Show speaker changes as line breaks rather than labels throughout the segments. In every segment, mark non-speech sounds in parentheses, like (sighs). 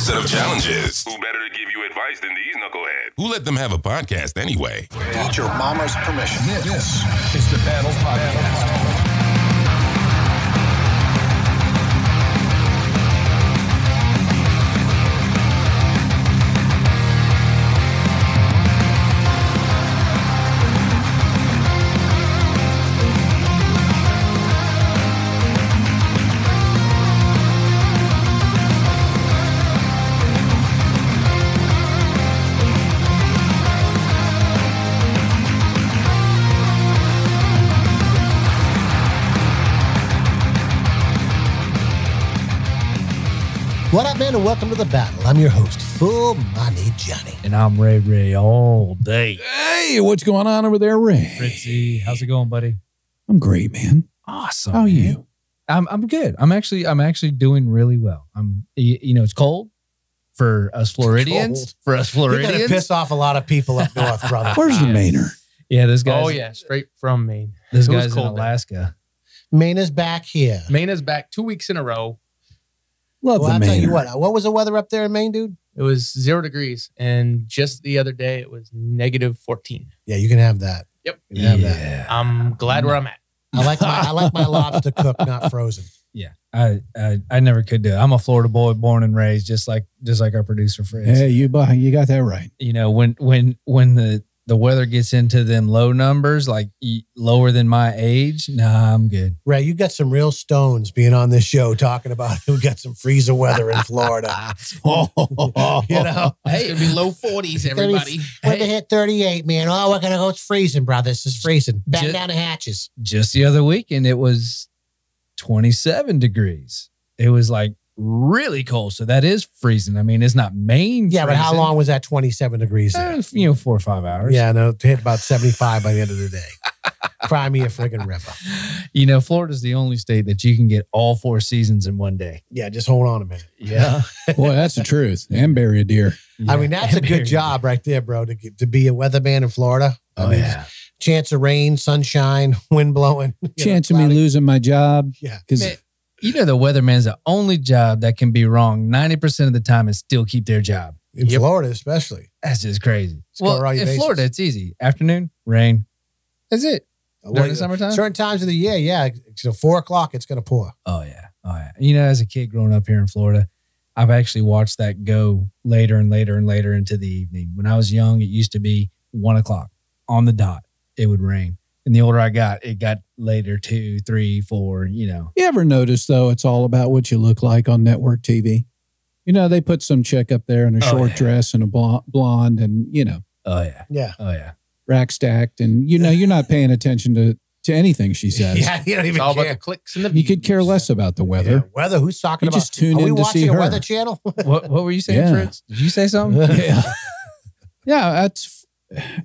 set of challenges.
Who better to give you advice than these knuckleheads?
Who let them have a podcast anyway?
Need your mama's permission.
This, is the Battle Podcast.
What up, man, and welcome to the battle. I'm your host, Full Money Johnny.
and I'm Ray Ray all day.
Hey, what's going on over there, Ray?
Fritzy, how's it going, buddy?
I'm great, man.
Awesome.
Oh,
How are
man.
you?
I'm I'm good. I'm actually I'm actually doing really well. I'm y- you know it's cold for us Floridians.
cold.
For us
You're gonna
Floridians.
piss off a lot of people up north, brother.
Where's the Mainer?
yeah, this guy's
Oh yeah, straight from Maine.
this
It was
guy's in
cold there.
Alaska.
(laughs) Maine is back here.
Maine is back two weeks in a row.
Love
Well,
the
I'll tell you
Mainer.
what. What was the weather up there in Maine, dude?
It was zero degrees, and just the other day it was negative fourteen.
Yeah, you can have that.
Yep.
You can have that.
I'm glad where I'm at.
I like my I like my lobster cooked, not frozen.
Yeah. I, I I never could do it. I'm a Florida boy, born and raised, just like just like our producer Fritz.
Hey, you bu- you got
(laughs)
that right.
you know when when when the the weather gets into them low numbers, like e- lower than my age. Nah, I'm
(laughs)
good.
Ray, you got some real stones being on this show talking about (laughs) who got some freezer weather in Florida.
(laughs)
you know,
Hey, it'll Oh. be low forties, everybody.
when they hit 38, man. Oh, we're gonna go. It's freezing, brother. This is freezing. Batten
Ju-
down the hatches.
just the other weekend it was 27 degrees it was like really cold so that is freezing i mean it's not main
Yeah, but how
freezing.
long was that? 27 degrees. there?
Eh, you know four or five hours
Yeah, no, to hit about 75 by the end of the day.
(laughs)
Cry me a friggin' river.
you know florida's the only state that you can get all four seasons in one day
Yeah, just hold on a minute.
(laughs) yeah,
Boy, that's the truth. And bury
(laughs)
a deer.
I mean, that's a good job right there, bro, to, get, to be a weatherman in Florida. I
oh
mean,
yeah
chance of rain, sunshine, (laughs) wind blowing. you know,
Chance of me
cloudy.
losing my job.
Yeah.
Because
Man, you know the weatherman's the only job that can be wrong 90% of the time and still keep their job
In Florida, especially.
that's just crazy
Just cover
well
all
in
your bases.
florida it's easy afternoon rain that's it during the summertime
Certain times of the year, yeah. So four o'clock, it's going to pour.
Oh yeah, oh yeah. You know, as a kid growing up here in Florida, I've actually watched that go later and later and later into the evening. When I was young, it used to be one o'clock on the dot. It would rain, and the older I got, it got later two, three, four. You know,
you ever notice, though, it's all about what you look like on network TV? You know, they put some chick up there in a
Oh,
short
yeah.
dress and a blo- blonde and, you know,
oh yeah,
Yeah.
oh yeah.
rack stacked. And, you know, you're not paying attention to, to anything she
(laughs)
says.
Yeah, you don't
It's
even
all about
care.
the clicks and the
You could
(laughs)
care
views.
less about the
Yeah,
weather.
weather, who's talking
You
about?
just tune
Are we
in to
watching
see
a
her.
weather channel? (laughs)
(laughs) What What were you saying,
Yeah.
Fritz? Did you say something?
Yeah. (laughs) yeah, that's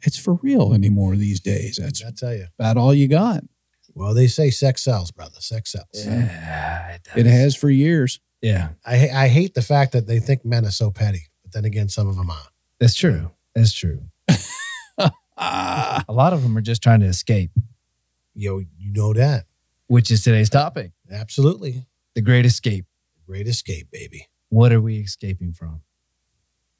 it's for real anymore these days. That's
I tell you.
about all you got.
Well, they say sex sells, brother. Sex sells.
(laughs) Yeah, it, does.
It has for years.
Yeah,
I ha- I hate the fact that they think men are so petty, but then again, some of them are.
that's true. That's true.
Ah,
A lot of them are just trying to escape,
You know, you know that
which is today's topic:
absolutely.
the Great Escape.
Great escape, baby.
What are we escaping from?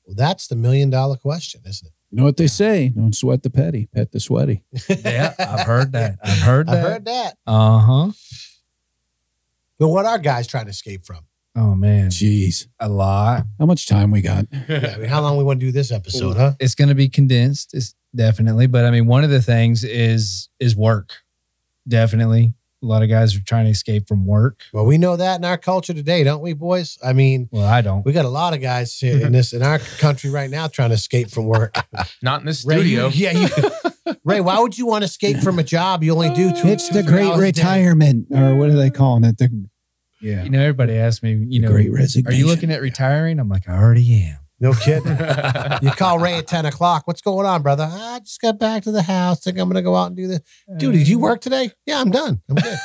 Well, that's the million dollar question, isn't it?
you know what they say? Don't sweat the petty, pet the sweaty.
(laughs) Yeah, I've heard that. I've heard
I've
that.
heard that.
Uh huh.
But what are guys trying to escape from?
Oh man,
Jeez,
a lot.
how much time we got?
I mean, how long we want to do this episode, huh?
It's going to be condensed, it's definitely. But I mean, one of the things is is work. Definitely, a lot of guys are trying to escape from work.
Well, we know that in our culture today, don't we, boys? I mean,
Well, I don't.
we got a lot of guys here in this in our country right now trying to escape from work.
Not in the
Ray,
studio.
you- yeah, you, Ray. Why would you want to escape from a job you only do two?
It's
two,
the
three
great
hours a day?
retirement, or what are they calling it? The yeah,
You know, everybody asks me, you
the
know,
great
are
resignation.
you looking at retiring? I'm like, I already am.
No kidding. You call Ray at 10 o'clock. What's going on, brother? I
(laughs)
just got back to the house. Think I'm going to go out and do this. Dude, did you work today? Yeah, I'm done. I'm good.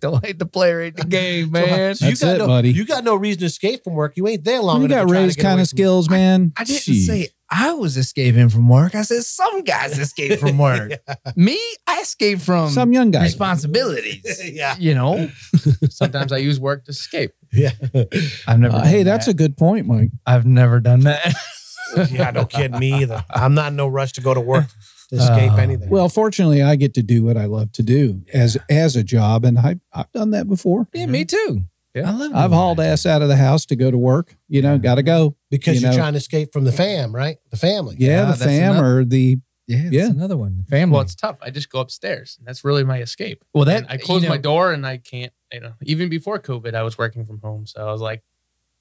Don't hate the player, (laughs) hate the game, man.
So you
That's
got
it,
no,
buddy.
You got no reason to escape from work. You ain't there long
You
enough.
got
to try to
raised
get away
kind
from
of skills, man.
I didn't
Jeez.
say I was escaping from work. I said some guys escape (laughs) from work. Me, I escape from
some young guy.
responsibilities.
it. yeah,
You know,
Sometimes I use work to escape.
(laughs) yeah,
(laughs) I've never.
Uh,
done
hey, that's
that.
a good point, Mike.
I've never done that.
(laughs) yeah. No kid, me either. I'm not in no rush to go to work to
Oh.
escape
Uh,
anything.
Well, fortunately, I get to do what I love to do as as a job, and I I've done that before.
yeah, me too.
Yeah.
Mm-hmm. I love.
I've
doing
hauled
that.
ass out of the house to go to work. You know,
Yeah.
got to go.
because
you
you are
know-
trying to escape from the fam, right? The family.
Yeah,
Yeah,
the
that's
fam
another-
or the
Yeah, that's
Yeah.
another one. Family.
Well, it's tough. I just go upstairs. And that's really my escape.
Well,
Then I close
you know,
my door and I can't. You know, even before COVID, I was working from home, so I was like,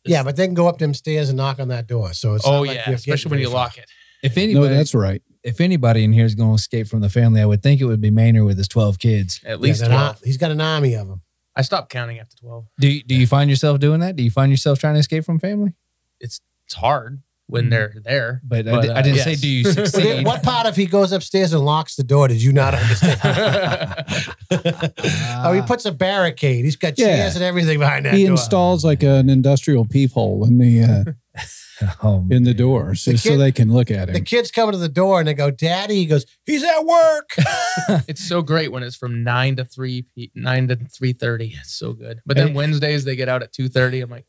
Yeah, but they can go up them stairs and knock on that door. So it's
"Oh
not like
yeah,"
you're getting
especially when
very
you
far.
lock it.
If anybody,
no, that's right.
if anybody in here is going to escape from the family, I would think it would be Maynard with his twelve kids.
At
Yeah,
least
they're
twelve.
not- he's got an army of them.
I stopped counting after twelve.
Do Do you find yourself doing that? Do you find yourself trying to escape from family?
It's hard when
Mhm.
they're there.
But, I,
But,
di- I
uh,
didn't
yes.
say do (laughs) you
But
succeed.
then what part if he goes upstairs and locks the door did you
(laughs)
not
(laughs)
understand? oh, he
Ah.
puts a barricade. He's got
Yeah.
chairs and everything behind that
He
door.
installs like an industrial peephole in the uh,
Oh,
in the
man.
door so,
The
so
kid-
they can look at
The
him.
kids come to the door and they go, "Daddy." He goes, "He's at work."
It's so great when it's from nine to three, p- nine to three thirty. It's so good. But then
Hey.
Wednesdays they get out at two thirty. I'm like,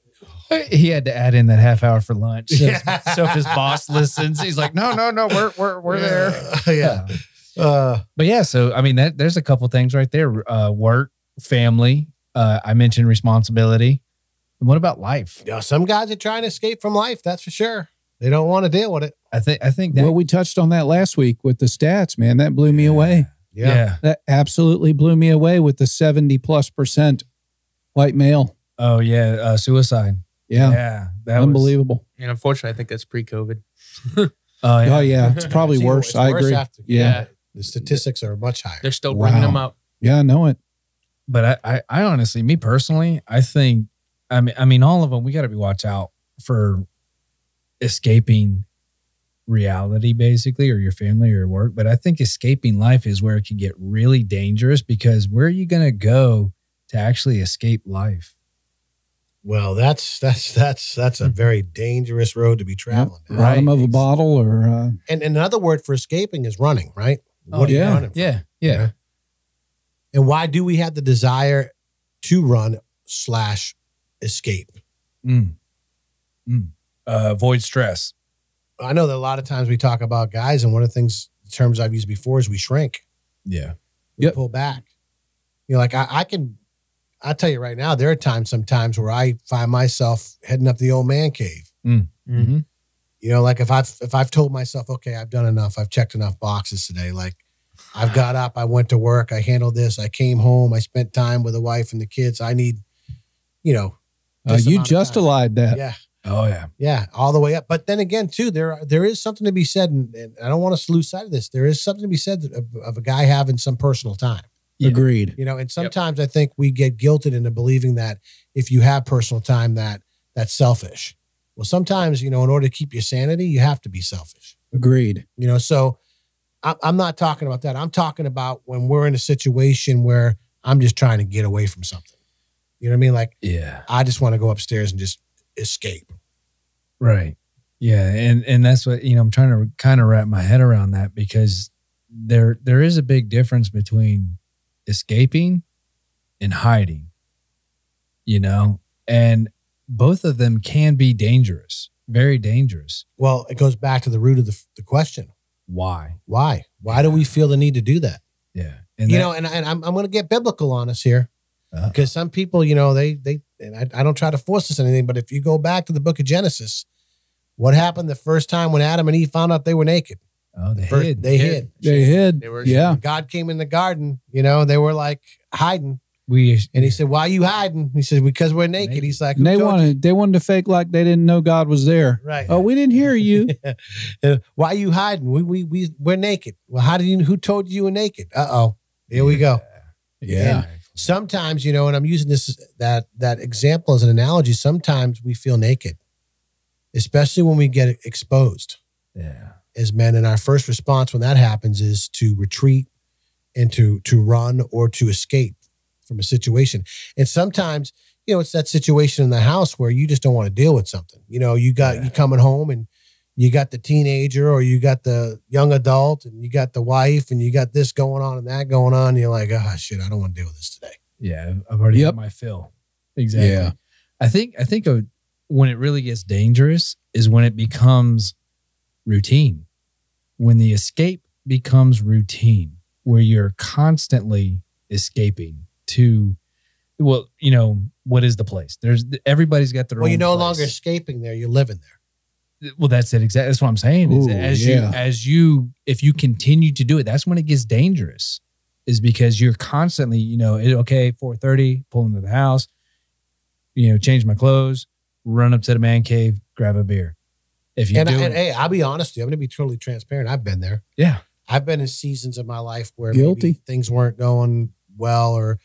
He had to add in that half hour for lunch. So,
(laughs) (laughs) Yeah.
so if his boss listens, he's like, no, no, no, we're we're we're there.
yeah. Uh,
But yeah, so I mean, that there's a couple things right there: uh, work, family. Uh, I mentioned responsibility. And what about life?
you know, some guys are trying to escape from life. That's for sure. They don't want to deal with it.
I think I think that
Well, we touched on that last week with the stats, man. That blew me away.
yeah.
That absolutely blew me away with the 70 plus percent white male.
Oh yeah, uh, suicide.
Yeah.
that was-
Unbelievable.
and unfortunately, I think that's pre-COVID.
Oh yeah.
Oh, yeah. It's probably
It's even-
worse.
it's
I agree.
after-
Yeah.
The statistics are much higher.
They're still bringing
Wow.
them up.
Yeah, I know it.
But I, I, I honestly, me personally, I think, I mean, I mean, all of them. We got to be watch out for escaping reality, basically, or your family or your work. But I think escaping life is where it can get really dangerous because where are you going to go to actually escape life?
Well, that's that's that's that's a very dangerous road to be traveling. down.
Bottom of a
Right.
bottle or uh,
And, and another word for escaping is running, right?
Oh,
what are
yeah.
you running? from?
Yeah, yeah.
And why do we have the desire to run slash escape?
Mm. Mm. Uh, avoid stress.
I know that a lot of times we talk about guys, and one of the things the terms I've used before is we shrink,
Yeah.
we
Yep.
pull back. You know, like I, I can, I tell you right now, there are times sometimes where I find myself heading up the old man cave.
Mm-hmm.
You know, like if I've if I've told myself, okay, I've done enough, I've checked enough boxes today. Like I've got up, I went to work, I handled this, I came home, I spent time with the wife and the kids. I need, you know,
uh,
This
you
amount of time.
justified that.
yeah,
Oh yeah.
yeah, all the way up. But then again, too, there are- there is something to be said, and, and I don't want us to lose sight of this. There is something to be said of, of a guy having some personal time.
Yeah.
Agreed.
You know, and sometimes I think we get guilted into believing that if you have personal time, that that's selfish. Well, sometimes you know, in order to keep your sanity, you have to be selfish.
Agreed.
You know, so I- I'm not talking about that. I'm talking about when we're in a situation where I'm just trying to get away from something. You know what I mean? Like
Yeah.
I just want to go upstairs and just escape.
Right. Yeah, and and that's what you know. I'm trying to kind of wrap my head around that because there there is a big difference between escaping and hiding. You know, and both of them can be dangerous, very dangerous.
Well, it goes back to the root of the, the question:
Why?
Why? Why do we feel the need to do that?
Yeah, and
you
that-
know, and, and I'm, I'm going to get biblical on us here
Uh-oh.
because some people, you know, they, they, and I, I don't try to force this on anything, but if you go back to the book of Genesis, what happened the first time when Adam and Eve found out they were naked?
oh, they
First,
hid.
They
Hid.
hid.
They hid.
They were-
yeah.
God came in the garden, you know, they were like hiding.
we
And he said, Why you hiding? He said, Because we're naked.
Naked.
He's like, "Who
And they
told you?"
wanted they wanted to fake like they didn't know God was there.
Right.
Oh, we didn't
(laughs)
hear you.
Uh, Why you hiding? We we we we're naked. Well, how did you who told you you were naked? Uh oh. Here we go.
yeah.
Sometimes, you know, and I'm using this that that example as an analogy. Sometimes we feel naked, especially when we get exposed
yeah,
as men. And our first response when that happens is to retreat and to to run or to escape from a situation. And sometimes, you know, it's that situation in the house where you just don't want to deal with something. You know, you got you coming home and you got the teenager or you got the young adult and you got the wife and you got this going on and that going on. And you're like, ah, shit, I don't want to deal with this today.
Yeah, I've already
Yep.
had my fill. Exactly.
Yeah.
I think I think uh when it really gets dangerous is when it becomes routine. When the escape becomes routine, where you're constantly escaping to well, you know, what is the place? There's everybody's got their
Well,
own
you're no
place.
longer escaping there. You're living there.
well that's it exactly that's what i'm saying is
Ooh,
as
yeah.
you as you if you continue to do it that's when it gets dangerous is because you're constantly you know it- okay 4.30 pull into the house you know change my clothes run up to the man cave grab a beer if you
and,
do
I,
it,
and hey, I'll be honest with you. I'm going to be totally transparent. I've been there.
Yeah.
I've been in seasons of my life where
Guilty.
maybe things weren't going well, or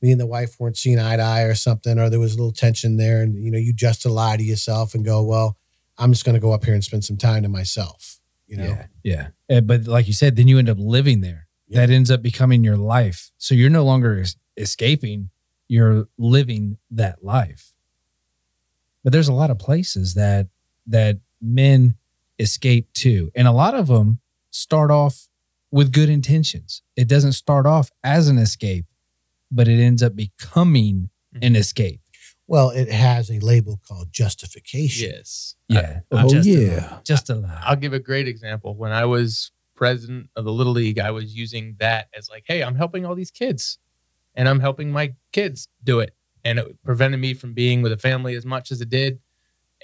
me and the wife weren't seeing eye to eye, or something, or there was a little tension there, and you know, you just to lie to yourself and go, "Well, I'm just going to go up here and spend some time to myself." You know,
yeah yeah Eh, but like you said then you end up living there
Yeah.
that ends up becoming your life so you're no longer es- escaping you're living that life but there's a lot of places that that men escape to and a lot of them start off with good intentions it doesn't start off as an escape but it ends up becoming an escape
well, it has a label called justification.
Yes.
yeah
I-
oh
just-
yeah.
just uh, a lie
I'll give a great example. When I was president of the Little League, I was using that as like, hey, I'm helping all these kids and I'm helping my kids do it. And it prevented me from being with a family as much as it did.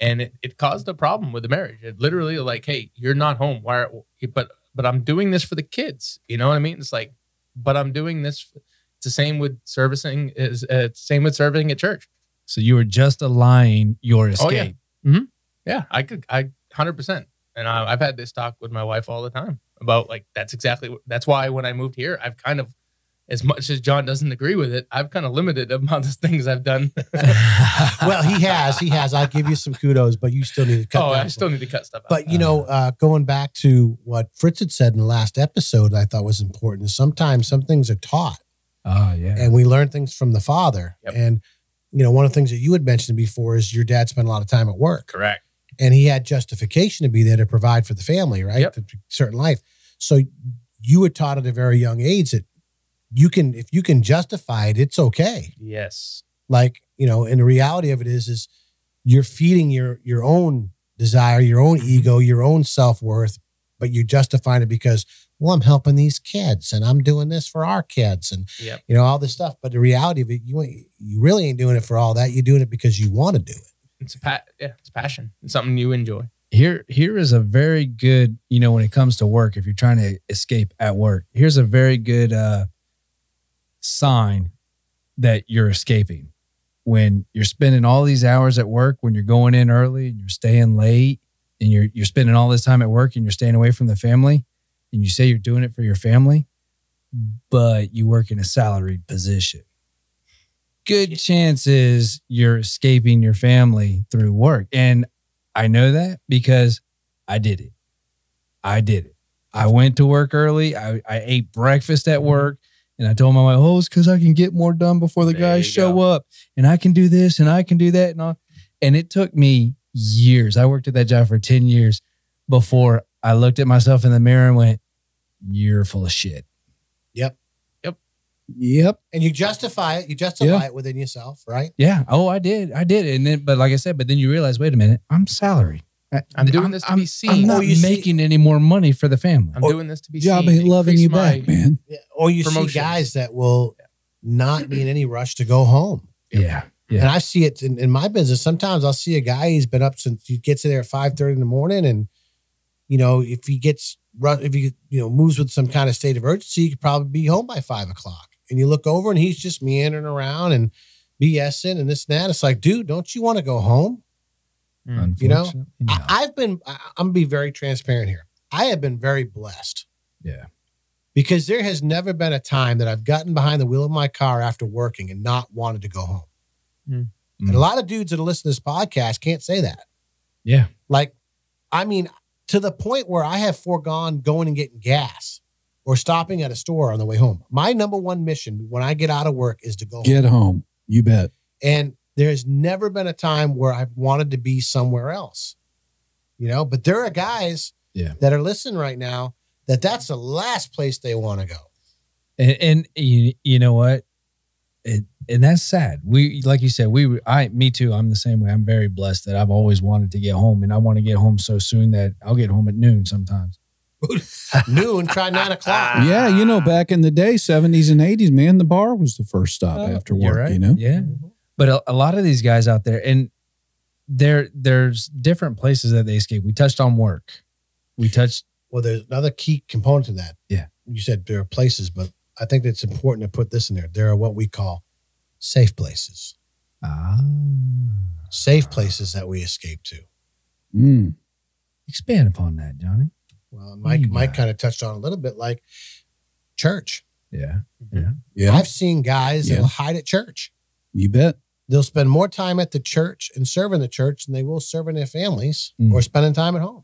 And it, it caused a problem with the marriage. It literally like, hey, you're not home. Why are, but but I'm doing this for the kids. You know what I mean? It's like, but I'm doing this. It's the same with servicing is uh, same with serving at church.
so you were just aligning your
Oh, yeah.
escape
Yeah, I could. I hundred percent. And I, I've had this talk with my wife all the time about like that's exactly what- that's why when I moved here, I've kind of, as much as John doesn't agree with it, I've kind of limited the (laughs) amount of things I've done.
(laughs)
well, he has, he has. I'll give you some kudos, but you still need to cut.
oh,
down
I still need to cut stuff out.
But you
Uh-huh.
know, uh, going back to what Fritz had said in the last episode, I thought was important. Sometimes some things are taught,
oh yeah
and we learn things from the father.
Mm-hmm. Yep.
And you know, one of the things that you had mentioned before is your dad spent a lot of time at work,
correct.
and he had justification to be there to provide for the family, right?
Yep.
To- to certain life. So you were taught at a very young age that you can, if you can justify it, it's okay
Yes.
like you know and the reality of it is is you're feeding your your own desire your own
Mm-hmm.
ego your own self-worth but you're justifying it because well i'm helping these kids and i'm doing this for our kids and
Yep.
you know all this stuff but the reality of it you ain't you really ain't doing it for all that you're doing it because you want to do it
It's a pa- yeah, it's passion. It's something you enjoy.
here here is a very good you know when it comes to work if you're trying to escape at work here's a very good uh sign that you're escaping when you're spending all these hours at work when you're going in early and you're staying late and you're you're spending all this time at work and you're staying away from the family and you say you're doing it for your family but you work in a salaried position good chances you're escaping your family through work and I know that because I did it. I did it. I went to work early. I, I ate breakfast at work. And I told my wife, oh, it's because I can get more done before the
There
guys
you
show
go.
up. And I can do this and I can do that. And, all. and it took me years. I worked at that job for 10 years before I looked at myself in the mirror and went, you're full of shit.
Yep.
and you justify it you justify
Yeah.
it within yourself right
Yeah. Oh, I did. I did. And then, but like I said, but then you realize, wait a minute, I'm salary.
I'm doing this to be seen.
I'm not
Oh, you see-
making any more money for the family.
I'm
Or-
doing this to be
Job
seen.
ain't loving
Increase
you
my-
back, man.
Yeah. or you see
Promotion.
guys that will not be in any rush to go home
yeah. Yeah.
And I see it in, in my business. Sometimes I'll see a guy he's been up since he gets there at five thirty in the morning, and you know if he gets ru- if he you know moves with some kind of state of urgency, he could probably be home by five o'clock. And you look over and he's just meandering around and BSing and this and that. It's like, dude, don't you want to go home?
Mm.
You know,
Unfortunately, no.
I, I've been. I, I'm gonna be very transparent here. I have been very blessed.
Yeah.
Because there has never been a time that I've gotten behind the wheel of my car after working and not wanted to go home.
Hmm.
Mm.
And a lot of dudes that listen to this podcast can't say that.
Yeah.
Like, I mean, to the point where I have foregone going and getting gas or stopping at a store on the way home. My number one mission when I get out of work is to go home.
Get home. You bet.
And there's never been a time where I've wanted to be somewhere else, you know. But there are guys
Yeah.
that are listening right now that that's the last place they want to go.
(laughs) and, and you, you know what it, and that's sad we like you said we were- i me too i'm the same way i'm very blessed that i've always wanted to get home and i want to get home so soon that i'll get home at noon sometimes
Noon, try nine o'clock.
(laughs)
Yeah, you know, back in the day, seventies and eighties, man, the bar was the first stop
Oh,
after
you're
work.
right.
You know,
yeah
Mm-hmm.
but a, a lot of these guys out there and there there's different places that they escape we touched on work we touched
Well, there's another key component to that.
Yeah.
You said there are places, but I think it's important to put this in there. There are what we call safe places,
ah
safe places that we escape to.
Mm.
expand upon that johnny
Well, Mike,
Yeah.
Mike kind of touched on a little bit like church. Mm-hmm.
yeah
yeah,
I've seen guys
Yeah.
that'll hide at church.
you bet.
They'll spend more time at the church and serving the church than they will serving their families
Mm.
or spending time at home.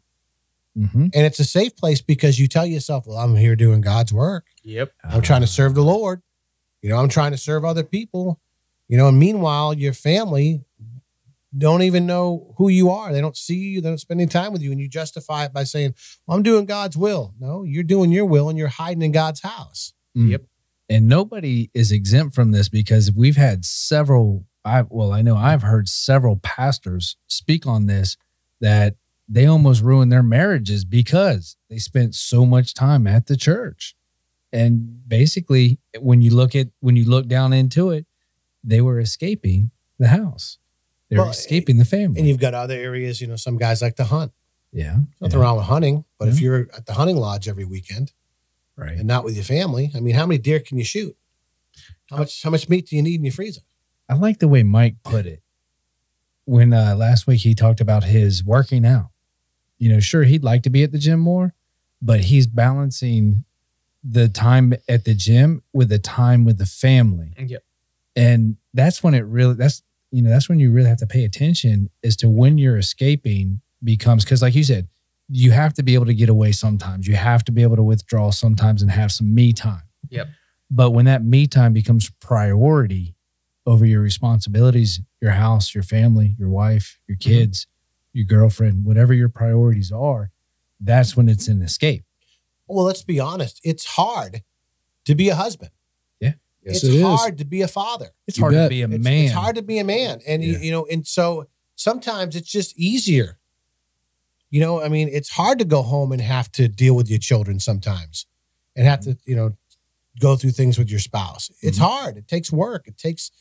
mm-hmm.
And it's a safe place because you tell yourself, well, I'm here doing God's work.
Yep.
I'm trying to serve the Lord. You know, I'm trying to serve other people. You know, and meanwhile, your family don't even know who you are. They don't see you. They don't spend any time with you. And you justify it by saying, well, I'm doing God's will. No, you're doing your will and you're hiding in God's house.
Yep.
And nobody is exempt from this because we've had several. I well, I know I've heard several pastors speak on this that they almost ruined their marriages because they spent so much time at the church. And basically, when you look at when you look down into it, they were escaping the house. They're
Well,
escaping the family.
And you've got other areas, you know, some guys like to hunt.
yeah,
Nothing
yeah,
wrong with hunting, but if
Yeah.
you're at the hunting lodge every weekend
right.
and not with your family, I mean, how many deer can you shoot? How much how much meat do you need in your freezer?
I like the way Mike put it when uh, last week he talked about his working out. You know, sure, he'd like to be at the gym more, but he's balancing the time at the gym with the time with the family.
Yep.
And that's when it really, that's, you know, that's when you really have to pay attention as to when you're escaping becomes, because like you said, you have to be able to get away sometimes. You have to be able to withdraw sometimes and have some me time.
Yep.
But when that me time becomes priority over your responsibilities, your house, your family, your wife, your
Mm-hmm.
kids, your girlfriend, whatever your priorities are, that's when it's an escape.
Well, let's be honest, it's hard to be a husband.
Yes,
it's
it is.
hard to be a father.
It's
You
hard to
bet.
be a
It's,
man.
it's hard to be a man, and you,
Yeah.
you know, and so sometimes it's just easier. You know, I mean, it's hard to go home and have to deal with your children sometimes, and have to you know go through things with your spouse. It's
Mm-hmm.
hard. It takes work. It takes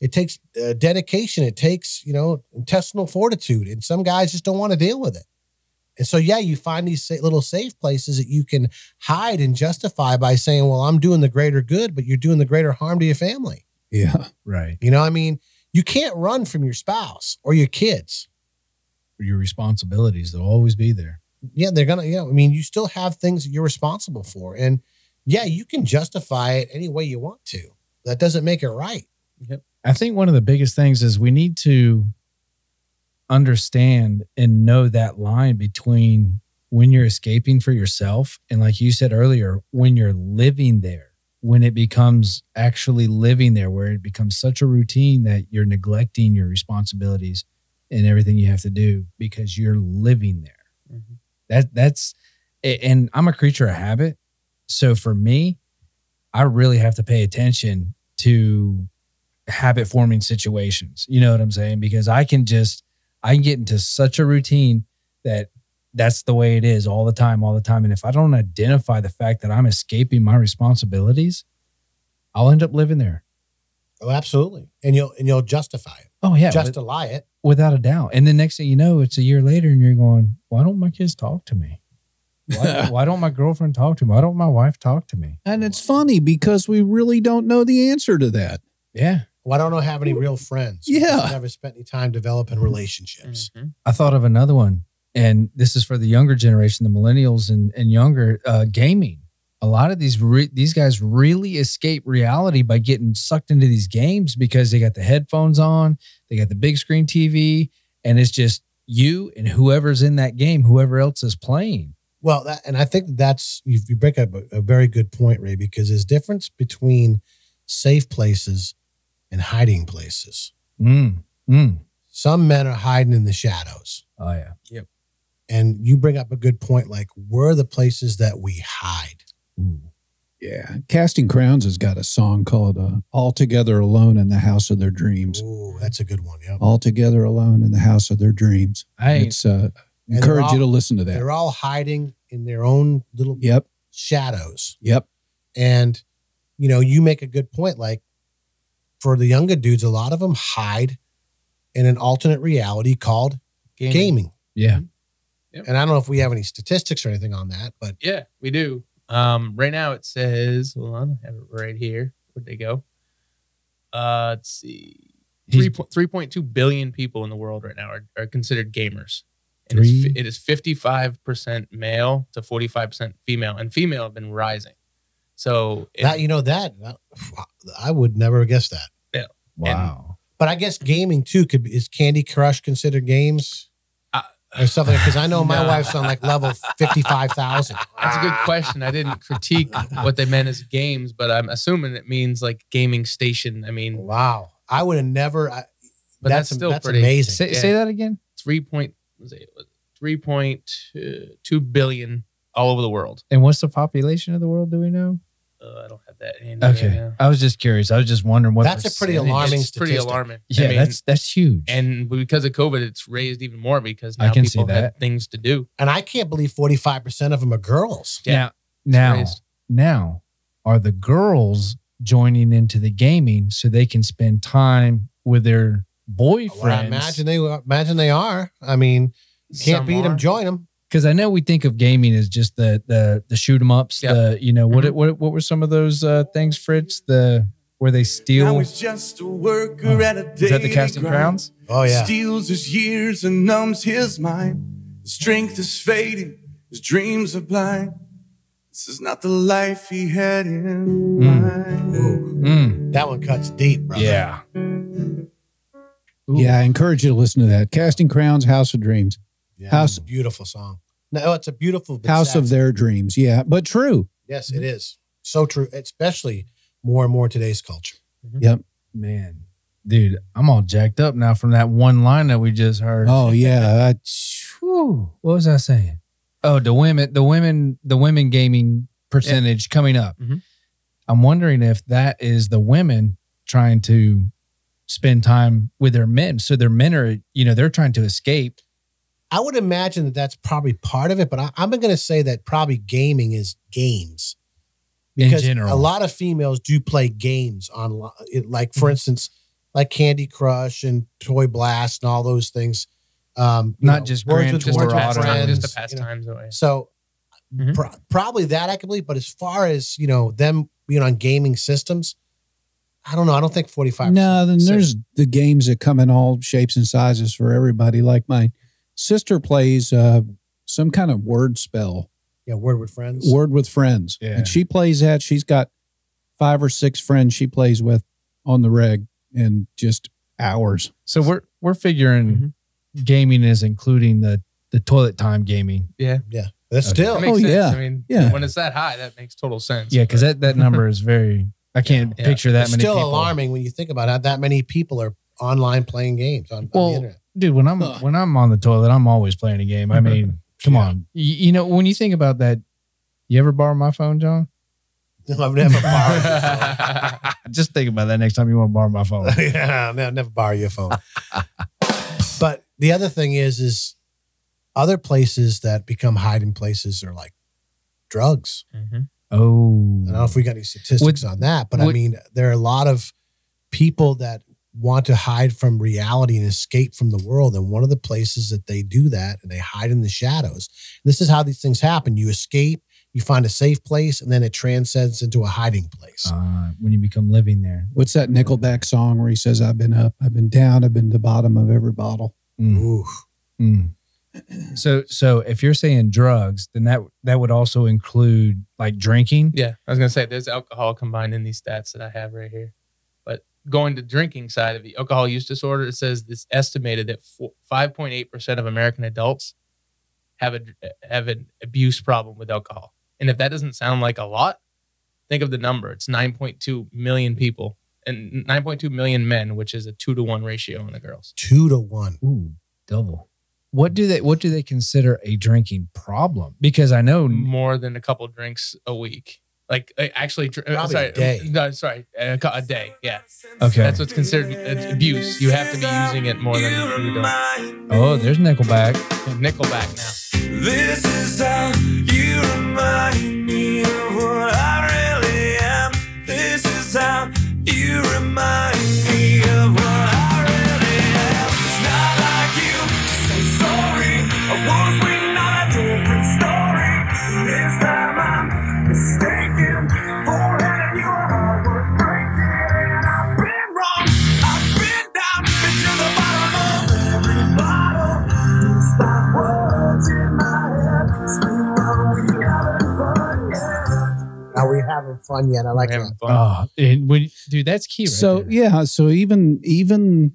it takes uh, dedication. It takes you know intestinal fortitude, and some guys just don't want to deal with it. And so, yeah, you find these sa- little safe places that you can hide and justify by saying, "Well, I'm doing the greater good," but you're doing the greater harm to your family.
Yeah,
right.
You know, I mean, you can't run from your spouse or your kids.
Your responsibilities, they'll always be there.
Yeah, they're gonna. Yeah, I mean, you still have things that you're responsible for, and yeah, you can justify it any way you want to. That doesn't make it right.
I think one of the biggest things is we need to understand and know that line between when you're escaping for yourself and like you said earlier when you're living there when it becomes actually living there where it becomes such a routine that you're neglecting your responsibilities and everything you have to do because you're living there
Mhm.
that that's a- and I'm a creature of habit so for me I really have to pay attention to habit forming situations. You know what I'm saying? Because I can just I can get into such a routine that that's the way it is all the time, all the time. And if I don't identify the fact that I'm escaping my responsibilities, I'll end up living there.
Oh, absolutely. And you'll and you'll justify it,
Oh yeah,
just
with-
to lie it.
without a doubt. And the next thing you know, it's a year later, and you're going, "Why don't my kids talk to me? Why, (laughs) why don't my girlfriend talk to me? Why don't my wife talk to me?"
and it's funny because we really don't know the answer to that.
Yeah,
Well, I don't know, have any real friends.
Yeah.
I've never spent any time developing relationships.
Mhm.
I thought of another one, and this is for the younger generation, the millennials and and younger. Uh, gaming. A lot of these re- these guys really escape reality by getting sucked into these games because they got the headphones on, they got the big screen TV, and it's just you and whoever's in that game, whoever else is playing.
Well, that, and I think that's you, you bring up a, a very good point, Ray, because there's difference between safe places and hiding places.
Mm, mm.
Some men are hiding in the shadows,
Oh yeah.
and you bring up a good point. Like, where are the places that we hide?
Yeah. Casting Crowns has got a song called uh, All Together Alone in the House of Their Dreams.
Ooh, that's a good one. Yeah,
All Together Alone in the House of Their Dreams.
I ain't-
It's uh,
they're
encourage you
all-
to listen to that.
they're all hiding in their own little
Yep.
shadows.
Yep.
And, you know, you make a good point. Like for the younger dudes, a lot of them hide in an alternate reality called gaming.
yeah.
And I don't know if we have any statistics or anything on that, but
Yeah, we do. Um, right now it says, hold on, I have it right here. Where'd they go? Uh, let's see.
He's-
Three point three point two billion people in the world right now are, are considered gamers. It is
Three-
fi- it is 55% male to 45% female, and female have been rising. So, it-
that, you know, that I would never guess that.
Wow.
But I guess gaming too could be, is Candy Crush considered games?
Uh,
or something because I know my
(sighs) no.
wife's on like level fifty five thousand.
that's a good
Ah.
question. I
(laughs)
didn't critique what they meant as games, but I'm assuming it means like gaming station. I mean,
Wow, I would have never. I,
but that's, still
that's
pretty
amazing.
Say,
Yeah.
say that again.
three point was it three point two billion all over the world.
And what's the population of the world? Do we know?
Uh, I don't have that. handy right
Okay.
now.
I was just curious. I was just wondering what.
That's a pretty
percentage-
alarming
it's pretty
statistic.
alarming.
Yeah,
I mean,
that's that's huge.
and because of COVID, it's raised even more because
I
now
can see
people have
that.
things to do.
and I can't believe forty five percent of them are girls.
yeah,
now, now,
raised.
now, are the girls joining into the gaming so they can spend time with their boyfriends?
Well, I imagine they are- imagine they are. I mean, can't
Some
beat them,
are.
join them.
because I know we think of gaming as just the the the shoot 'em ups.
Yep.
The you know what it- what what were some of those uh, things, Fritz? The where they
I
steal. Oh.
was just a worker at a day.
Is that the casting crowns?
Oh yeah,
Steals his years and numbs his mind. His strength is fading, his dreams are blind. This is not the life he had in mind.
Mm,
that one cuts deep, brother.
yeah. Ooh.
Yeah. I encourage you to listen to that. Casting Crowns, House of Dreams,
yeah
House-
it's a beautiful song. No, it's a beautiful but
House
sad
of Their Dreams. Yeah. But true.
Yes, it is. So true, especially more and more today's culture.
Man, dude, I'm all jacked up now from that one line that we just heard.
Oh, yeah. I,
(laughs)
Whew. what was I saying? Oh, the women, the women, the women gaming percentage coming up.
Mm-hmm.
Mhm.
I'm wondering if that is the women trying to spend time with their men. So their men are, you know, they're trying to escape.
I would imagine that that's probably part of it, but I, I'm going to say that probably gaming is games.
In
Because
general.
a lot of females do play games on, like
Mm-hmm.
for instance, like Candy Crush and Toy Blast and all those things. Um, you
Not just
Words
Grand
with-
Just
Tour
a
Words with
Auto.
pastime,
Friends,
just a
you know.
pastime. so, yeah.
So
Mm-hmm.
Mhm.
pro- probably that I can believe, but as far as you know, them being on gaming systems, I don't know. I don't think 45.
no, then there's the games that come in all shapes and sizes for everybody. Like my sister plays uh, some kind of word spell,
yeah, word with friends.
Word with Friends.
Yeah.
And she plays that. She's got five or six friends she plays with on the reg and just hours.
So we're we're figuring
Mm-hmm.
gaming is including the the toilet time gaming.
That's still
That makes
Oh,
sense.
yeah.
I mean,
Yeah.
when it's that high, that makes total sense.
Yeah, because that that number is very. I can't
Yeah.
picture that
It's
many.
still
people.
alarming when you think about how that many people are online playing games on, on
Well,
the internet. (laughs)
dude. When I'm
Ugh.
when I'm on the toilet, I'm always playing a game. (laughs) I mean, come
Yeah.
on. Y- you know, when you think about that, you ever borrow my phone, John?
No, I've never borrowed your phone.
(laughs)
Just think about that next time you want to borrow my phone.
(laughs) yeah, no, I'll never borrow your phone. but the other thing is, is other places that become hiding places are like drugs.
Mhm.
(laughs) Oh,
I don't know if we got any statistics
Would-
on that, but I
would-
mean, there are a lot of people that want to hide from reality and escape from the world. And one of the places that they do that and they hide in the shadows. This is how these things happen. You escape, you find a safe place, and then it transcends into a hiding place.
uh, when you become living there.
What's that Nickelback song where he says, I've been up, I've been down, I've been to the bottom of every bottle?
Mm,
Ooh.
(clears throat) mm. So, so if you're saying drugs, then that that would also include like drinking.
Yeah, I was gonna say there's alcohol combined in these stats that I have right here, but going to drinking side of the alcohol use disorder, it says it's estimated that five point eight percent of American adults have a have an abuse problem with alcohol. And if that doesn't sound like a lot, think of the number. It's 9.2 million people and 9.2 million men, which is a two to one ratio on the girls.
Two to one.
Ooh, double. What do they what do they consider a drinking problem? Because I know
More than a couple drinks a week. Like uh, actually, dr- uh,
Probably
sorry,
a day.
No, sorry, a, cou- a day. Yeah,
okay.
that's what's considered uh, abuse. You have to be using it more than you don't.
oh, there's Nickelback.
Nickelback now.
This is how you remind me of what I really am. This is how you remind me of what I really am. It's not like you say sorry. I was we not a different story. This time I'm mistaken. For having your heart was breaking. And I've been wrong. I've been down. Been to the bottom of every bottle. These my words in my head. Scream while we having fun, yeah.
Now we having fun yet? I like
Having
that.
fun.
Oh, and when, dude, that's key. Right
so
there.
yeah, so even even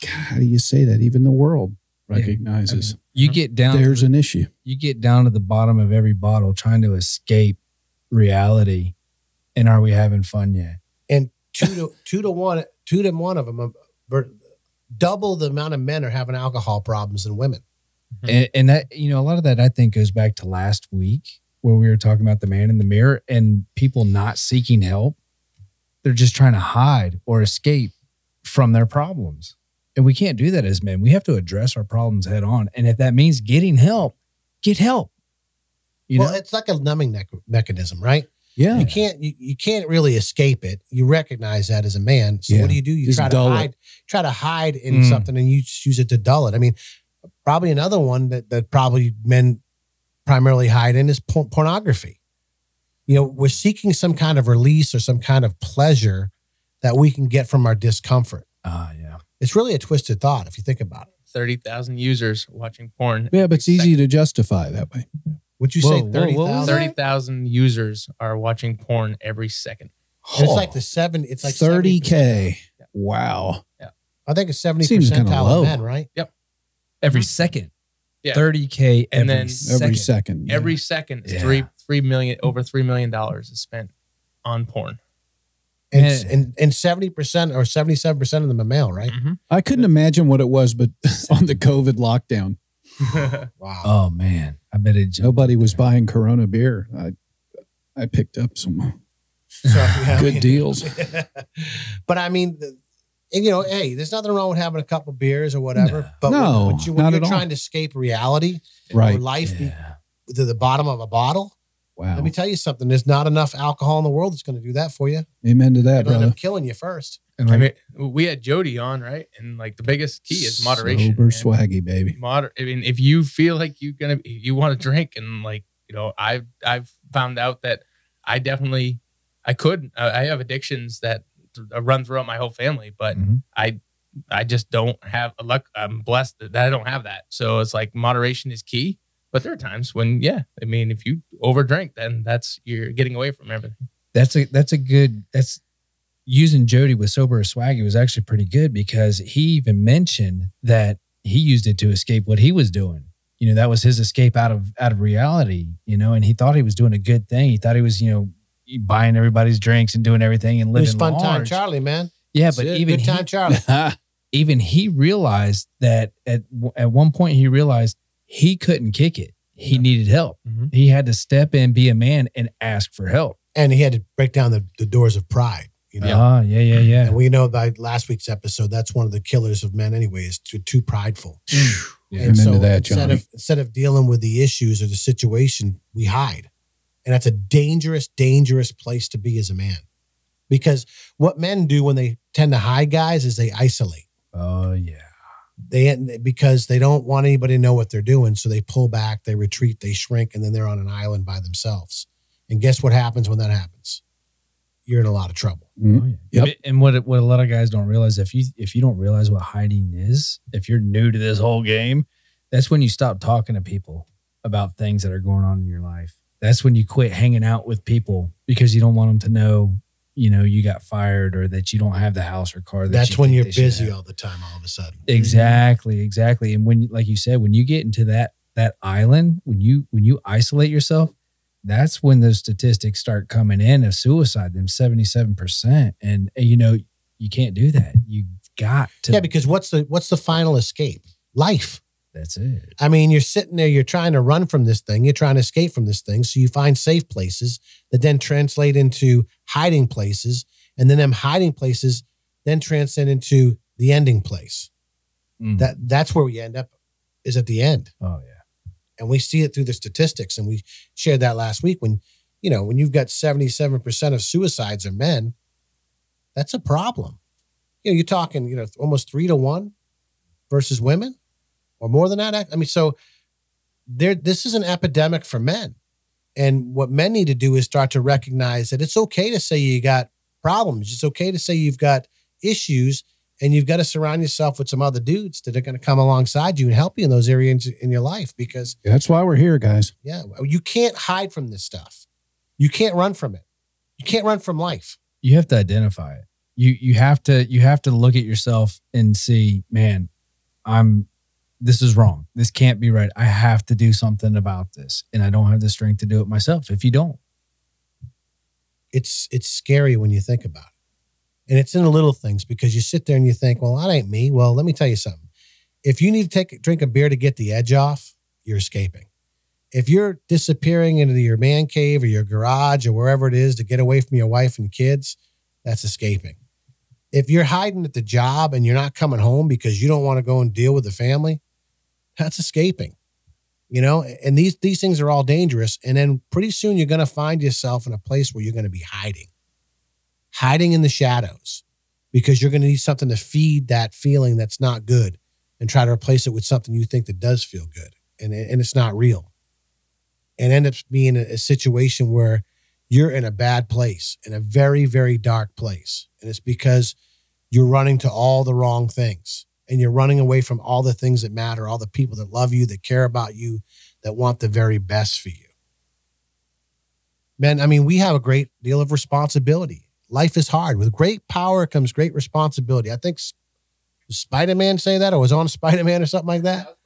God, how do you say that? Even the world
Yeah.
recognizes
you get down.
there's an issue.
you get down to the bottom of every bottle, trying to escape reality. And are we having fun yet?
two to two to one two to one of them uh, ver- double the amount of men are having alcohol problems than women
and, and that you know a lot of that i think goes back to last week where we were talking about the man in the mirror and people not seeking help they're just trying to hide or escape from their problems and we can't do that as men we have to address our problems head on and if that means getting help get help you
well
know
it's like a numbing nec- mechanism right
Yeah.
you can't you, you can't really escape it you recognize that as a man so
Yeah.
what do you do you
Just
try to
dull it.
hide try to hide in
Mm.
something and you just use it to dull it i mean probably another one that, that probably men primarily hide in is por- pornography you know we're seeking some kind of release or some kind of pleasure that we can get from our discomfort
ah yeah
it's really a twisted thought if you think about it
Thirty thousand users watching porn.
Yeah, but it's easy to justify that way.
Would you
Whoa,
say
whoa,
thirty
what was
thousand?
Thirty thousand users are watching porn every second.
It's like the seven. It's like
thirty
70%.
k. Wow.
I think it's seventy
Seems kinda
percentile
low.
of men, right?
every second
Yeah.
30k Mm-hmm. and
And then-
then
Every second. yeah.
Every second is
Yeah.
three three million over three million dollars is spent on porn.
And
Man.
and and seventy percent or seventy seven percent of them are male, right?
I couldn't imagine what it was, but (laughs) on the COVID lockdown,
Wow.
oh man i bet it jumped.
nobody was buying Corona beer. I I picked up some
So, (laughs) yeah.
good deals.
(laughs) but I mean, the- and, you know, hey, there's nothing wrong with having a couple beers or whatever.
No.
But when-
No,
when, you, when
not
you're
at all.
trying to escape reality or
Right.
life be-
yeah.
to the bottom of a bottle, let
Wow.
me tell you something. There's not enough alcohol in the world that's going to do that for you.
Amen to that,
It'll end
brother.
up killing you first.
and
I
like,
mean, we had Jody on right, and like the biggest key is moderation.
Sober
man.
swaggy, baby.
(laughs)
Moder- I mean, if you feel like you're gonna, if you want to drink, and like you know, I've I've found out that I definitely I could I I have addictions that th- run throughout my whole family, but
Mhm.
I I just don't have a luck. I'm blessed that I don't have that. So it's like moderation is key. But there are times when, yeah, I mean, if you overdrink, then that's you're getting away from everything.
that's a that's a good that's using Jody with sober or swaggy was actually pretty good because he even mentioned that he used it to escape what he was doing. You know, that was his escape out of out of reality, you know, and he thought he was doing a good thing. He thought he was, you know, buying everybody's drinks and doing everything and
It
living
was fun time,
large.
Charlie, man.
Yeah, but
Good-
even
good
he-
time, Charlie.
even he realized that at at one point he realized he couldn't kick it. He needed help.
Mm-hmm.
Mhm.
He had to step in, be a man, and ask for help.
and he had to break down the, the doors of pride. You know,
Ah, yeah, yeah, yeah.
and we know that last week's episode. That's one of the killers of men, anyway, is too, too prideful.
Yeah.
And
Amen
so
to that,
instead
Johnny.
of instead of dealing with the issues or the situation, we hide, and that's a dangerous, dangerous place to be as a man, because what men do when they tend to hide guys is they isolate.
Oh yeah.
They because they don't want anybody to know what they're doing, so they pull back, they retreat, they shrink, and then they're on an island by themselves. And guess what happens when that happens? You're in a lot of trouble.
Mm. Yep.
Oh, And- And what what a lot of guys don't realize if you if you don't realize what hiding is, if you're new to this whole game, that's when you stop talking to people about things that are going on in your life. That's when you quit hanging out with people because you don't want them to know you know you got fired or that you don't have the house or car. That
That's
you
when
think
you're
they should
busy
have.
all the time. All of a sudden,
Exactly, exactly. And when, like you said, when you get into that that island, when you when you isolate yourself, that's when those statistics start coming in of suicide. Them seventy seven percent, and and, you know you can't do that. You got to.
yeah. Because what's the what's the final escape? Life.
that's it.
I mean, you're sitting there, you're trying to run from this thing, you're trying to escape from this thing. So you find safe places that then translate into hiding places. And then them hiding places then transcend into the ending place.
Mm.
That that's where we end up is at the end.
oh yeah.
And we see it through the statistics. And we shared that last week when, you know, when you've got 77% of suicides are men, that's a problem. You know, you're talking, you know, almost three to one versus women or more than that. I mean, so there, this is an epidemic for men. And what men need to do is start to recognize that it's okay to say you got problems. It's okay to say you've got issues and you've got to surround yourself with some other dudes that are going to come alongside you and help you in those areas in your life because
That's why we're here, guys.
yeah. You can't hide from this stuff. You can't run from it. You can't run from life.
You have to identify it. You you have to you have to look at yourself and see, man, I'm. This is wrong. This can't be right. I have to do something about this, and I don't have the strength to do it myself. If you don't,
It's it's scary when you think about it. And it's in the little things because you sit there and you think, well, that ain't me. Well, let me tell you something. If you need to take drink a beer to get the edge off, you're escaping. If you're disappearing into your man cave or your garage or wherever it is to get away from your wife and kids, that's escaping. If you're hiding at the job and you're not coming home because you don't want to go and deal with the family, that's escaping. You know, and these these things are all dangerous. And then pretty soon you're going to find yourself in a place where you're going to be hiding, hiding in the shadows, because you're going to need something to feed that feeling that's not good, and try to replace it with something you think that does feel good, and and it's not real, and end up being a, a situation where you're in a bad place, in a very very dark place, and it's because you're running to all the wrong things and you're running away from all the things that matter, all the people that love you, that care about you, that want the very best for you. Men, I mean, we have a great deal of responsibility. Life is hard. With great power comes great responsibility. I think Spider Man say that, or was on (laughs) Spider Man or something like that.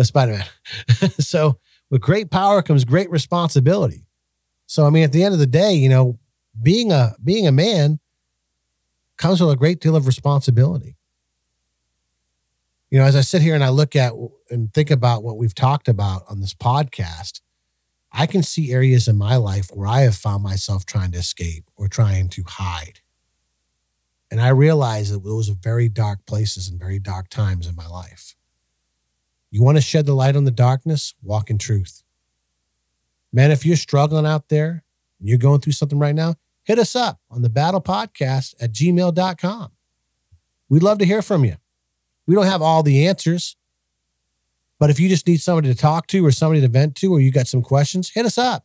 Spider Man. (laughs) so, with great power comes great responsibility. So, I mean, at the end of the day, you know, being a being a man comes with a great deal of responsibility you know, as I sit here and I look at and think about what we've talked about on this podcast, I can see areas in my life where I have found myself trying to escape or trying to hide. And I realize that those are very dark places and very dark times in my life. You want to shed the light on the darkness? Walk in truth. Man, if you're struggling out there and you're going through something right now, hit us up on the battle podcast at gmail.com. We'd love to hear from you. We don't have all the answers. But if you just need somebody to talk to or somebody to vent to, or you got some questions, hit us up.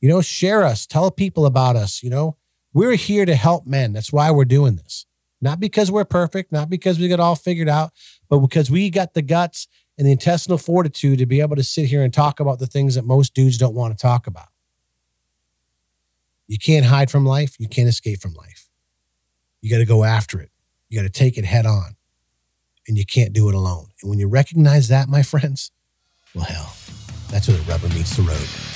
You know, share us, tell people about us. You know, we're here to help men. That's why we're doing this. Not because we're perfect, not because we got all figured out, but because we got the guts and the intestinal fortitude to be able to sit here and talk about the things that most dudes don't want to talk about. You can't hide from life. You can't escape from life. You got to go after it. You got to take it head on and you can't do it alone. And when you recognize that, my friends, well, hell, that's where the rubber meets the road.